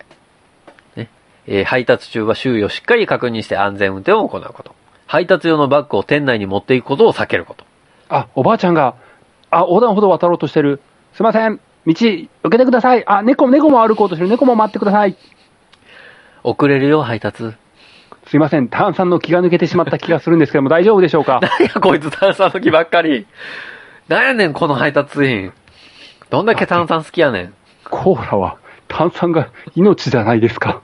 い。ね。えー、配達中は周囲をしっかり確認して安全運転を行うこと。配達用のバッグを店内に持っていくことを避けること。
あ、おばあちゃんが、あ、横断歩道渡ろうとしてる。すいません。道、受けてください。あ、猫、猫も歩こうとしてる。猫も待ってください。
遅れるよ、配達。 <laughs>
すいません。炭酸の気が抜けてしまった気がするんですけども、大丈夫でしょう
<laughs>
か
何や、こいつ炭酸好きばっかり。なんやねん、この配達員。どんだけ炭酸好きやねん。
コーラは炭酸が命じゃないですか。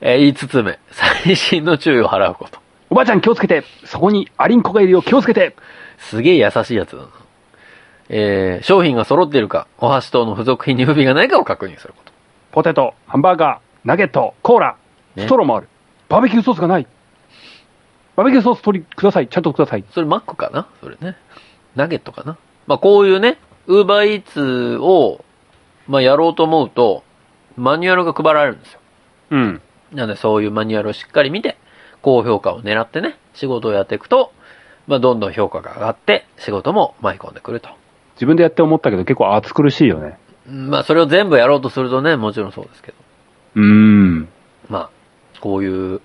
えー、5つ目、最新の注意を払うこと。
おばあちゃん気をつけて。そこにアリンコがいるよ。気をつけて。
すげえ優しいやつだな。えー、商品が揃っているか、お箸等の付属品に不備がないかを確認すること。
ポテト、ハンバーガー、ナゲット、コーラ、
ね
ストローもある。バーベキューソースがない。バーベキューソース取りください。ちゃんとください。
それマックかなそれね。ナゲットかなまあ、こういうね、ウーバーイーツを、まあ、やろうと思うと、マニュアルが配られるんですよ。
うん。
なので、そういうマニュアルをしっかり見て、高評価を狙ってね、仕事をやっていくと、まあ、どんどん評価が上がって、仕事も舞い込んでくると。
自分でやって思ったけど結構暑苦しいよね。
うんまあ、それを全部やろうとするとね、もちろんそうですけど。
うーん。
まあ、こういう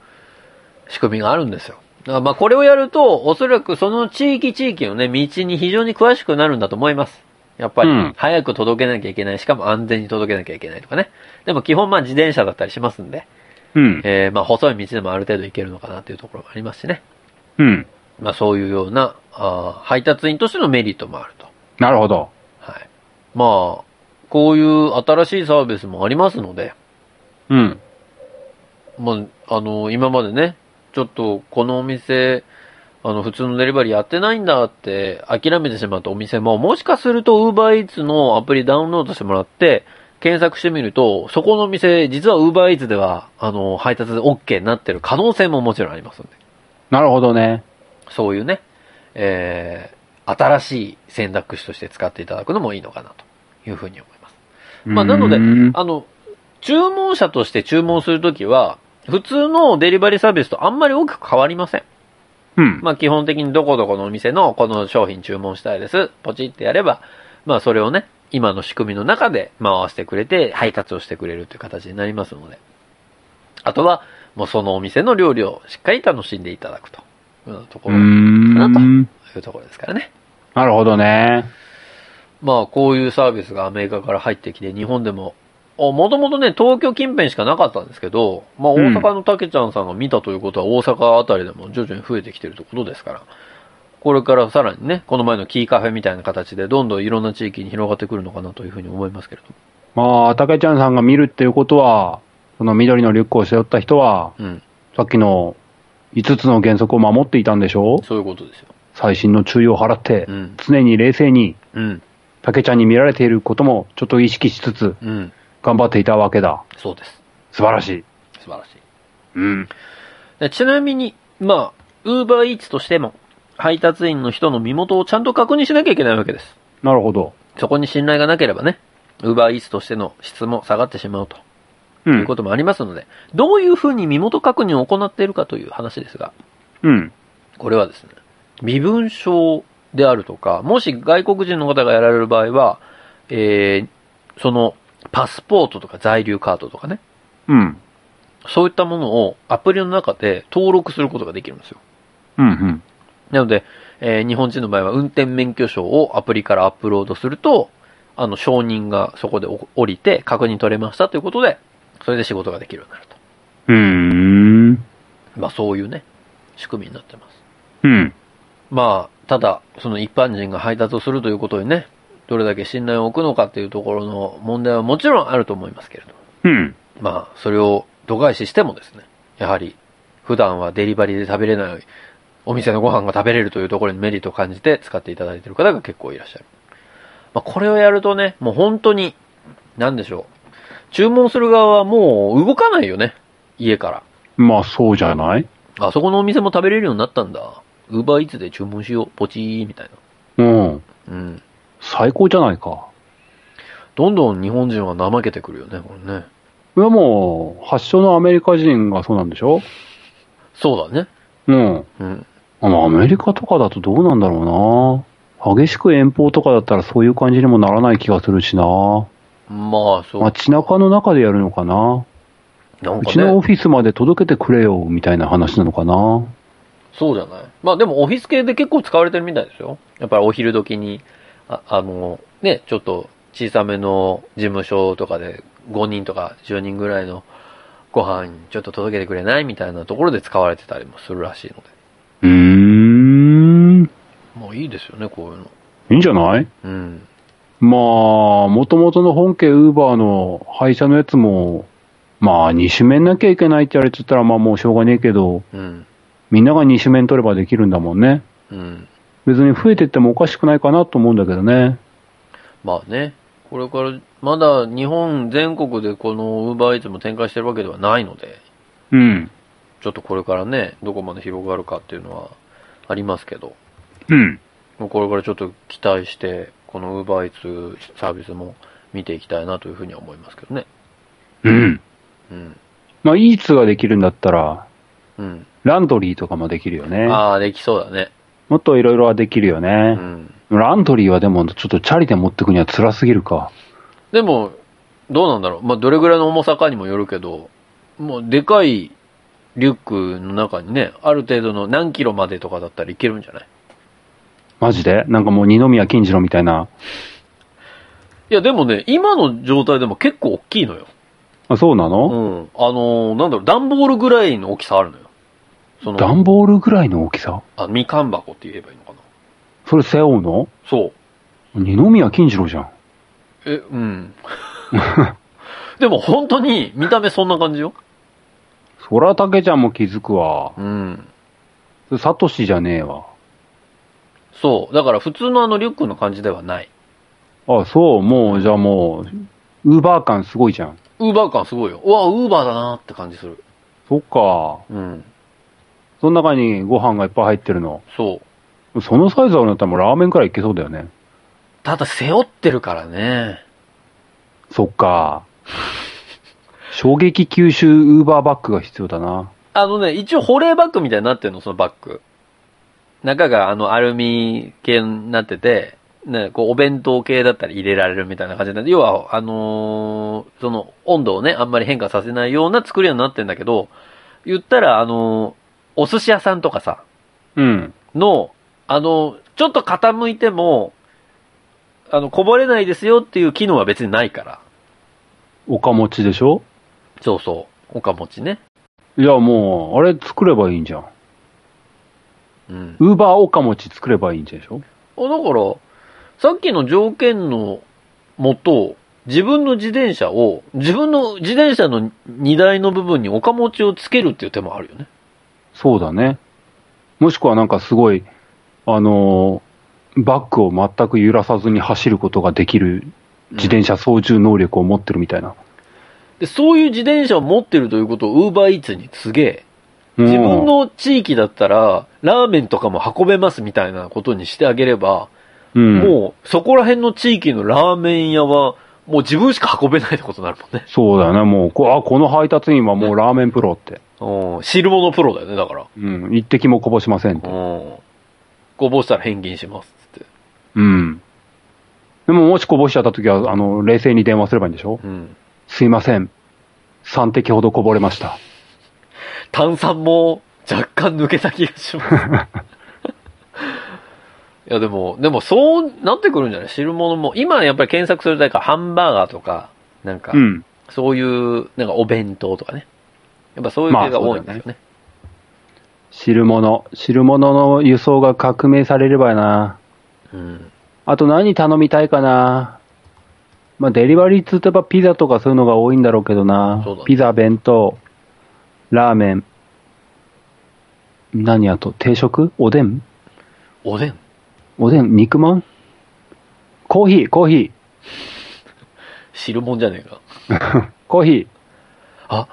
仕組みがあるんですよ。だからまあ、これをやると、おそらくその地域地域のね、道に非常に詳しくなるんだと思います。やっぱり
うん、
早く届けなきゃいけない、しかも安全に届けなきゃいけないとかね。でも基本まあ自転車だったりしますんで、
うん。
えーまあ細い道でもある程度行けるのかなっていうところもありますしね。
うん。
まあそういうような、あー配達員としてのメリットもあると。
なるほど。
はい。まあ、こういう新しいサービスもありますので、
うん。
まあ、あの、今までね、ちょっとこのお店、あの、普通のデリバリーやってないんだって諦めてしまったお店も、もしかすると UberEats のアプリダウンロードしてもらって、検索してみると、そこのお店、実は UberEats では、あの、配達 OK になってる可能性ももちろんありますので、
なるほどね。
そういうね、えー、新しい選択肢として使っていただくのもいいのかなというふうに思います。まあなので
うーん
あの、注文者として注文するときは、普通のデリバリーサービスとあんまり大きく変わりません。
うん。
まあ基本的にどこどこのお店のこの商品注文したいです。ポチってやれば、まあそれをね、今の仕組みの中で回してくれて、配達をしてくれるという形になりますので。あとは、もうそのお店の料理をしっかり楽しんでいただくというようなとこ
うー
ろ、と
ん
いうところですからね。
なるほどね。
まあ、こういうサービスがアメリカから入ってきて、日本でも、もともとね、東京近辺しかなかったんですけど、まあ、大
うん
阪のたけちゃんさんが見たということは、大阪あたりでも徐々に増えてきてるということですから、これからさらにね、この前のキーカフェみたいな形で、どんどんいろんな地域に広がってくるのかなというふうに思いますけれ
まあ、たけちゃんさんが見るっていうことは、その緑のリュックを背負った人は、
ど、うん、
さっきの5つの原則を守っていたんでしょう
そういうことですよ。
最新の注意を払って
う、ん、
常に冷静に、
うん、
たけちゃんに見られていることもちょっと意識しつつ、
うん、
頑張っていたわけだ。
そうです。
素晴らしい。
素晴らしい。
うん。
でちなみに、まあ、ウーバーイーツとしても、配達員の人の身元をちゃんと確認しなきゃいけないわけです。
なるほど。
そこに信頼がなければね、ウーバーイーツとしての質も下がってしまうと
う
いうんこ。ともありますので、どういうふうに身元確認を行っているかという話ですが、
うん。
これはですね、身分証であるとか、もし外国人の方がやられる場合は、えー、そのパスポートとか在留カードとかね、
うん。
そういったものをアプリの中で登録することができるんですよ。
うん。うん。
なので、えー日本人の場合は運転免許証をアプリからアップロードすると、あの、承認がそこでお降りて確認取れましたということで、それで仕事ができるようになると。
うーん。
まあそういうね、仕組みになってます。
うん。
まあ、ただ、その一般人が配達をするということにね、どれだけ信頼を置くのかっていうところの問題はもちろんあると思いますけれど。
うん。
まあ、それを度外視してもですね、やはり、普段はデリバリーで食べれないお店のご飯が食べれるというところにメリットを感じて使っていただいている方が結構いらっしゃる。まあ、これをやるとね、もう本当に、なんでしょう。注文する側はもう動かないよね。家から。
まあ、そうじゃない
あそこのお店も食べれるようになったんだ。ウーバーイーツで注文しよう。ポチーみたい
うん。
な。うん。
最高じゃないか。
どんどん日本人は怠けてくるよね、これね。
いやもう、発祥のアメリカ人がそうなんでしょ
そうだね。
うん。
うん。
あの、アメリカとかだとどうなんだろうな。激しく遠方とかだったらそういう感じにもならない気がするしな。
まあ、そう。
街中の中でやるのかな。
なん
う
か
ちのオ
ね、
フィスまで届けてくれよ、みたいな話なのかな。
そうじゃない。まあでもオフィス系で結構使われてるみたいですよ。やっぱりお昼時に、ああの、ね、ちょっと小さめの事務所とかで5人とか10人ぐらいのご飯ちょっと届けてくれないみたいなところで使われてたりもするらしいので。
うーん。
まあいいですよね、こういうの。
いいんじゃない
うん。
まあ、元々の本家ウーバーの廃車のやつも、まあ、二種面なきゃいけないって言われちゃったら、まあもうしょうがねえけど、
うん。
みんなが二種面取ればできるんだもんね。
うん。
別に増えてってもおかしくないかなと思うんだけどね。
まあね、これから、まだ日本全国でこの UberEats も展開してるわけではないので、
うん。
ちょっとこれからね、どこまで広がるかっていうのはありますけど、
うん。
もうこれからちょっと期待して、この UberEats サービスも見ていきたいなというふうには思いますけどね。
うん。
うん。
まあ、イーツができるんだったら、
うん。
ランドリーとかもできるよね。
ああ、できそうだね。
もっといろいろはできるよ
う
ね。
ん。
ランドリーはでも、ちょっとチャリで持ってくには辛すぎるか。
でも、どうなんだろう。まあ、どれぐらいの重さかにもよるけど、もう、でかいリュックの中にね、ある程度の何キロまでとかだったらいけるんじゃない
マジでなんかもう二宮金次郎みたいな。
いや、でもね、今の状態でも結構大きいのよ。
あ、そうな
うん
の。
あのーなんだろう、段ボールぐらいの大きさあるのよ。そ
段
の、
ボールぐらいの大きさ
あみかん箱って言えばいいのかな。
それ背負うの
そう。
二宮金次郎じゃん。
え、うん。 <laughs> でも本当に見た目そんな感じよ。
そらたけちゃんも気づくわ。
うん。
それサトシじゃねえわ。
そう。だから普通のあのリュックの感じではない。
あ、そう、もう、じゃあもう、ウーバー感すごいじゃん。
ウーバー感すごいよ。うわ、ウーバーだなって感じする。
そっか。
うん。
その中にご飯がいっぱい入ってるの。
そう。
そのサイズあるんだったらもうラーメンくらいいけそうだよね。
ただ背負ってるからね。
そっか。衝撃吸収ウーバーバッグが必要だな。
あのね、一応保冷バッグみたいになってるの、そのバッグ。中があのアルミ系になってて、ね、こうお弁当系だったら入れられるみたいな感じになって、要は、あのーその温度をね、あんまり変化させないような作りになってんだけど、言ったら、あのーお寿司屋さんとかさ、
うん。
の、あのちょっと傾いても、あの、こぼれないですよっていう機能は別にないから。
おかもちでしょ
そうそう。おかもちね。
いや、もう、あれ作ればいいんじゃん。
うん。
ウーバーおかもち作ればいいんでしょ
あ、だから、さっきの条件のもと、自分の自転車を、自分の自転車の荷台の部分に岡持ちをつけるっていう手もあるよね。
そうだね。もしくはなんかすごい、あのーバッグを全く揺らさずに走ることができる自転車操縦能力を持ってるみたいな。
で、そういう自転車を持ってるということを UberEats に告げ、自分の地域だったら、ラーメンとかも運べますみたいなことにしてあげれば、
うん、うん、
もう、そこら辺の地域のラーメン屋は、もう自分しか運べないってことになるもんね。
そうだよね。もうこ、あ、この配達員はもうラーメンプロって。
うん。汁物プロだよね、だから。
うん。一滴もこぼしませんって
う。ん。こぼしたら返金しますっつって。
うん。でも、もしこぼしちゃった時は、あの、冷静に電話すればいいんでしょ
うん。
すいません。3滴ほどこぼれました。
炭酸も若干抜けた気がします。 <laughs> いやでも、でもそうなってくるんじゃない汁物も。今やっぱり検索するだからハンバーガーとか、なんか
う、ん。
そういう、なんかお弁当とかね。やっぱそういう系が多いんですよね。
汁物。汁物の輸送が革命されればな。
うん。
あと何頼みたいかな。まあ、デリバリーっつってやっぱピザとかそういうのが多いんだろうけどな。
そうだね
ピザ、弁当、ラーメン。何あと、定食おでん
おでん。
おでん肉まんコーヒー、コーヒー、
汁物じゃねえか。
コーヒー。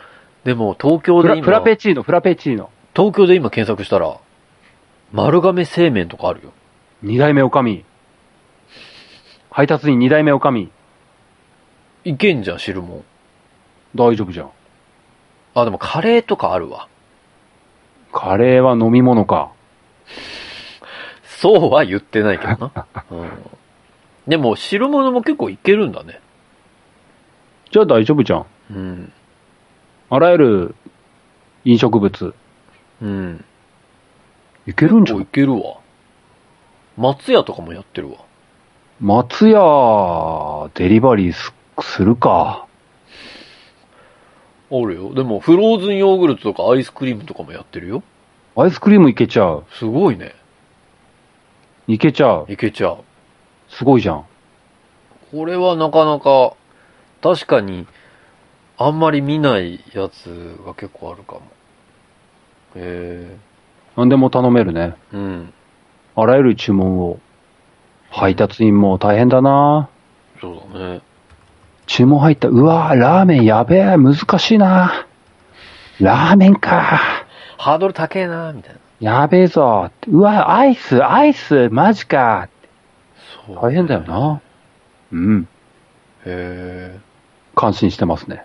でも東京
フ
で
ラ
今、
フラペチーノ、フラペチーノ。
東京で今検索したら、丸亀製麺とかあるよ。
二代目おかみ。配達員二代目おかみ。
いけんじゃん、汁もん。
大丈夫じゃん。
あ、でもカレーとかあるわ。
カレーは飲み物か。
そうは言ってないけどな。うん、でも、汁物も結構いけるんだね。
じゃあ大丈夫じゃん。
うん。
あらゆる飲食物。
うん。
いけるんじゃ
お
ん
い。けるわ。松屋とかもやってるわ。
松屋、デリバリーすするか。
あるよ。でも、フローズンヨーグルトとかアイスクリームとかもやってるよ。
アイスクリームいけちゃう。
すごいね。
いけちゃう。
いけちゃう。
すごいじゃん。
これはなかなか、確かに、あんまり見ないやつが結構あるかも。へ
何でも頼めるね。
えうん。
あらゆる注文を。配達員も大変だな
そうだね。
注文入った。うわーラーメンやべえ。難しいなラーメンか。
ハードル高えなみたいな。
やべえぞ。うわ、アイス、アイス、マジか。
そう、
大変だよ。な。うん。
へ
感心してますね。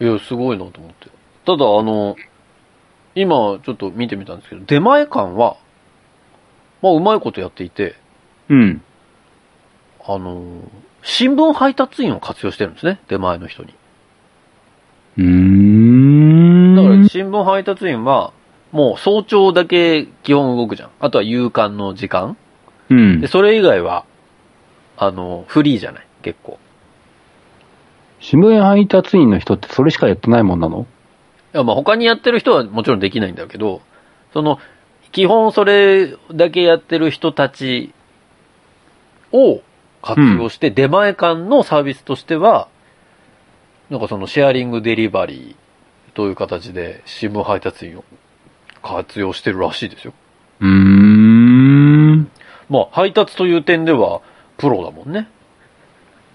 え。いや、すごいなと思って。ただ、あの、今、ちょっと見てみたんですけど、出前館は、まあ、うまいことやっていて、
うん。
あの、新聞配達員を活用してるんですね。出前の人に。
うーん。
だから新聞配達員は、もう早朝だけ基本動くじゃん。あとは夕刊の時間。
うん
で、。それ以外は、あの、フリーじゃない結構。
新聞配達員の人ってそれしかやってないもんなの
いや、まあ他にやってる人はもちろんできないんだけど、その、基本それだけやってる人たちを活用して、出前館のサービスとしては、なんかそのシェアリングデリバリーという形で新聞配達員を活用してるらしいですよ。
うーん。
まあ、配達という点では、プロだもんね。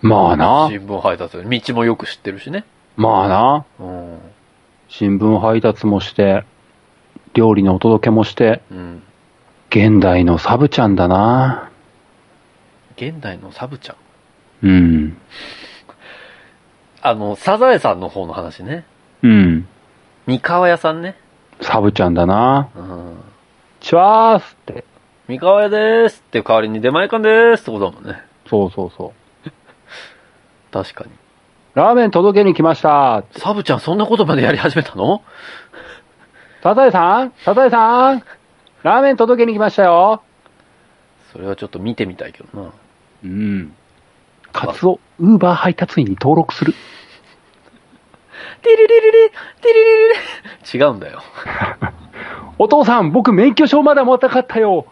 まあな。
新聞配達。道もよく知ってるしね。
まあな。
うん。
新聞配達もして、料理のお届けもして、
うん。
現代のサブちゃんだな。
現代のサブちゃん。
うん。
あの、サザエさんの方の話ね。
うん。
三河屋さんね。
サブちゃんだな。
うん。
チュワースって。
三河屋でーすっていう代わりに出前館でーすってことだもんね。
そうそうそう。
確かに。
ラーメン届けに来ました。
サブちゃんそんなことまでやり始めたの
サザエさんサザエさんラーメン届けに来ましたよ。
それはちょっと見てみたいけどな。
うん。カツオ、ウーバー配達員に登録する。
ティリリリリティリリリリ違うんだよ。
お父さん、僕免許証まだ持たなかったよ。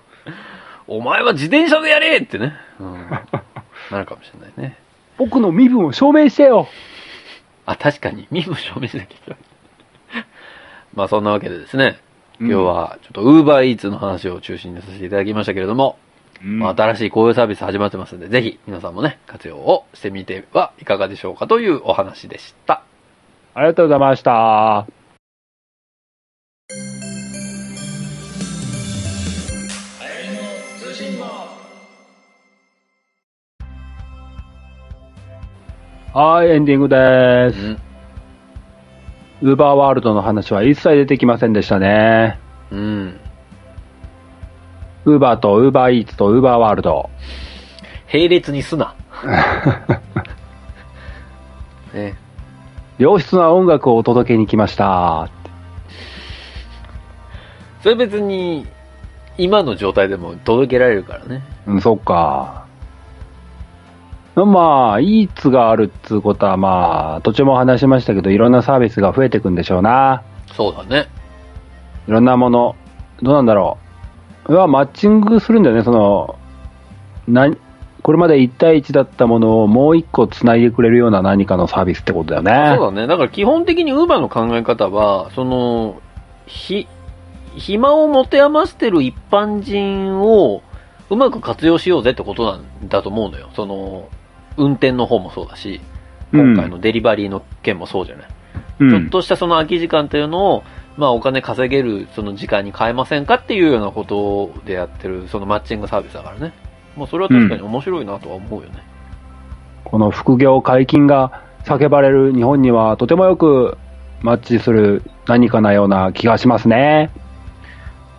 お前は自転車でやれってね。うん。なるかもしれないね。
僕の身分を証明してよ。
あ、確かに、身分証明しなきゃいけない。 <laughs> まあそんなわけでですね、今日はちょっと UberEats の話を中心にさせていただきましたけれども、
うん、
まあ新しいこういうサービス始まってますんで、ぜひ皆さんもね、活用をしてみてはいかがでしょうかというお話でした。
ありがとうございました。はい、エンディング
う
です。
ん。
ウーバーワールドの話は一切出てきませんでしたね。
うん。
ウーバーとウーバーイーツとウーバーワールド。
並列にす <laughs> な。ね。
良質な音楽をお届けに来ました。
それ別に、今の状態でも届けられるからね。
うん、そっか。まあ、イーツがあるっつうことは、まあ、途中も話しましたけど、いろんなサービスが増えていくんでしょうな。
そうだね。
いろんなもの。どうなんだろう。うわ、マッチングするんだよね、その、何、これまで1対1だったものをもう1個繋いでくれるような何かのサービスってことだよね。
そうだね。だから基本的に Uber の考え方は、その、ひ、暇を持て余してる一般人をうまく活用しようぜってことなんだと思うのよ。その、運転の方もそうだし、今回のデリバリーの件もそうじゃない。
うん、
ちょっとしたその空き時間というのをまあお金稼げるその時間に変えませんかっていうようなことでやってるそのマッチングサービスだからね。まあそれは確かに面白いなとは思うよね。
この副業解禁が叫ばれる日本にはとてもよくマッチする何かなような気がしますね。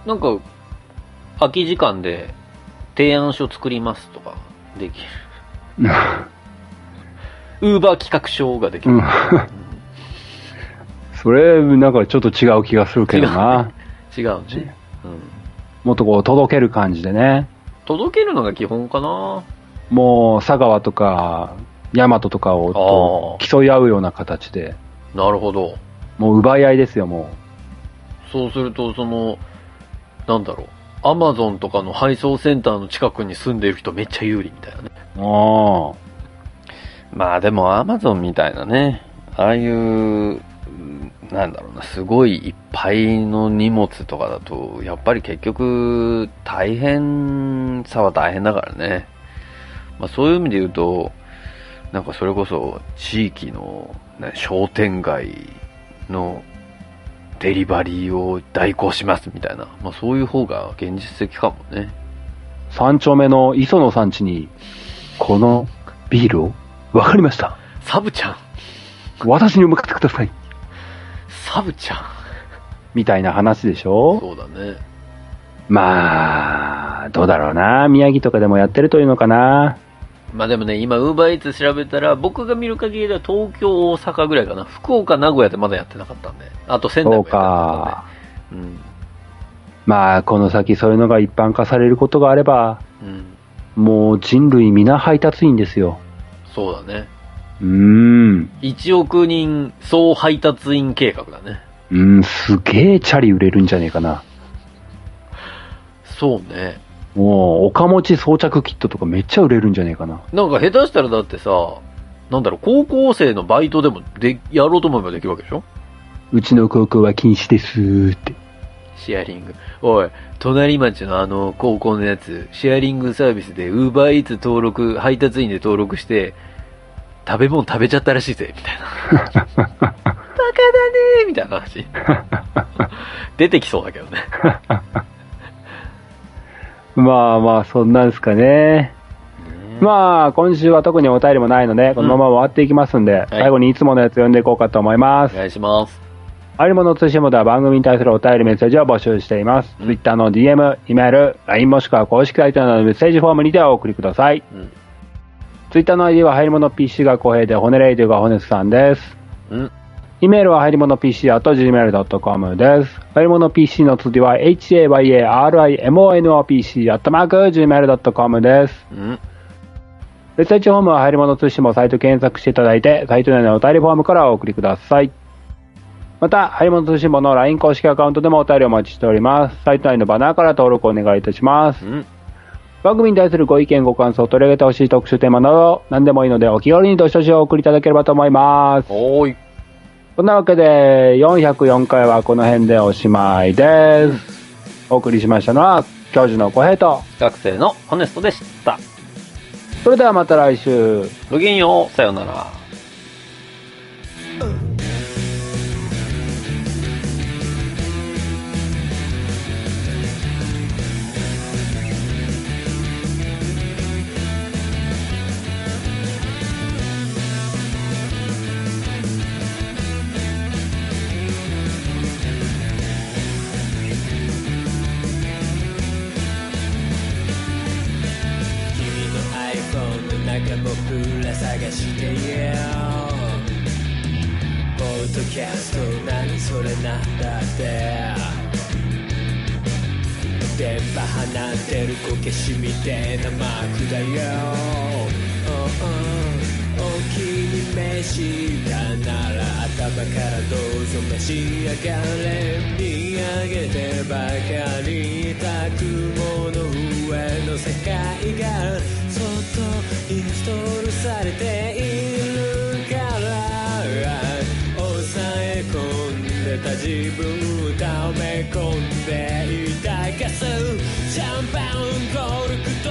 なんか、空き時間で提案書作りますとかでき
うん
る。ウーバー企画書ができ
う
る。
んそれ、なんかちょっと違う気がするけどな。
違うね。うん。
もっとこう届ける感じでね。
届けるのが基本かな
もう佐川とか大和とかをと
あ
競い合うような形で、
なるほど。
もう奪い合いですよ、も
そうすると、その、なんだろう。アマゾンとかの配送センターの近くに住んでいる人めっちゃ有利みたいなね。
う。ああ。
まあでもアマゾンみたいなね、ああいう、うんなんだろうな、すごいいっぱいの荷物とかだと、やっぱり結局、大変さは大変だからね。まあそういう意味で言うと、なんかそれこそ地域の、ね、商店街のデリバリーを代行しますみたいな、まあそういう方が現実的かもね。
三丁目の磯野さん家に、このビールを、わかりました。
サブちゃん
私に向かってください。
サブちゃん
みたいな話でしょ
そうだね。
まあ、どうだろうな。宮城とかでもやってるというのかな。
まあでもね、今、ウーバーイーツ調べたら、僕が見る限りでは東京、大阪ぐらいかな。福岡、名古屋でまだやってなかったんで。あと仙台
そう
もやってなか
か。
ったんで。
まあ、この先そういうのが一般化されることがあれば、
うん。うん。
もう人類皆配達員ですよ。
そうだね。
うーん。
1億人総配達員計画だね。
うん、すげえチャリ売れるんじゃねえかな。
そうね。
もう、おかもち装着キットとかめっちゃ売れるんじゃねえかな。
なんか下手したらだってさ、なんだろう、高校生のバイトでもで、やろうと思えばできるわけでしょ
うちの高校は禁止ですーって。
シェアリング。おい、隣町のあの高校のやつ、シェアリングサービスで UberEats 登録、配達員で登録して、食べ物食べちゃったらしいぜ、みたいな。バカだねーみたいな話。 <laughs> 出てきそうだけどね。
まあまあ、そんなんですかね。まあ、今週は特にお便りもないので、このまま終わっていきますんで、最後にいつものやつ読んでいこうかと思います
お。願いします。
あるもの通信簿では番組に対するお便りメッセージを募集しています。
うん
Twitter の DM、e メール、LINE もしくは公式サイトなどのメッセージフォームにてお送りください。
うん
Twitter の ID は入り物 PC が公平で、骨レイディオが骨さんです。
うん。
e メールは入り物 PC あと gmail.com です。入り物 PC の次は hayarimonopc あとマーク gmail.com です。
うん。
レッツイチホームは入り物通信もサイト検索していただいて、サイト内のお便りフォームからお送りください。また、入り物通信簿の LINE 公式アカウントでもお便りお待ちしております。サイト内のバナーから登録お願いいたします
う。ん。
番組に対するご意見、ご感想、取り上げてほしい特集テーマなど、何でもいいのでお気軽にどしどしお送りいただければと思います。
おーい。
そんなわけで、404回はこの辺でおしまいです。お送りしましたのは、教授の小平と。
学生のホネストでした。
それではまた来週。
ごきげんよう。さようなら。
君の iPhone の中僕ら探してよポッドキャスト何それなんだって電波放ってるこけしみてえなマークだよ、おうおうお気に召したなら頭からどうぞ召し上がれ見上げてばかりいた雲の上の世界がそっとインストールされているから抑え込んでた自分をため込んでいたガスシャンパンゴルク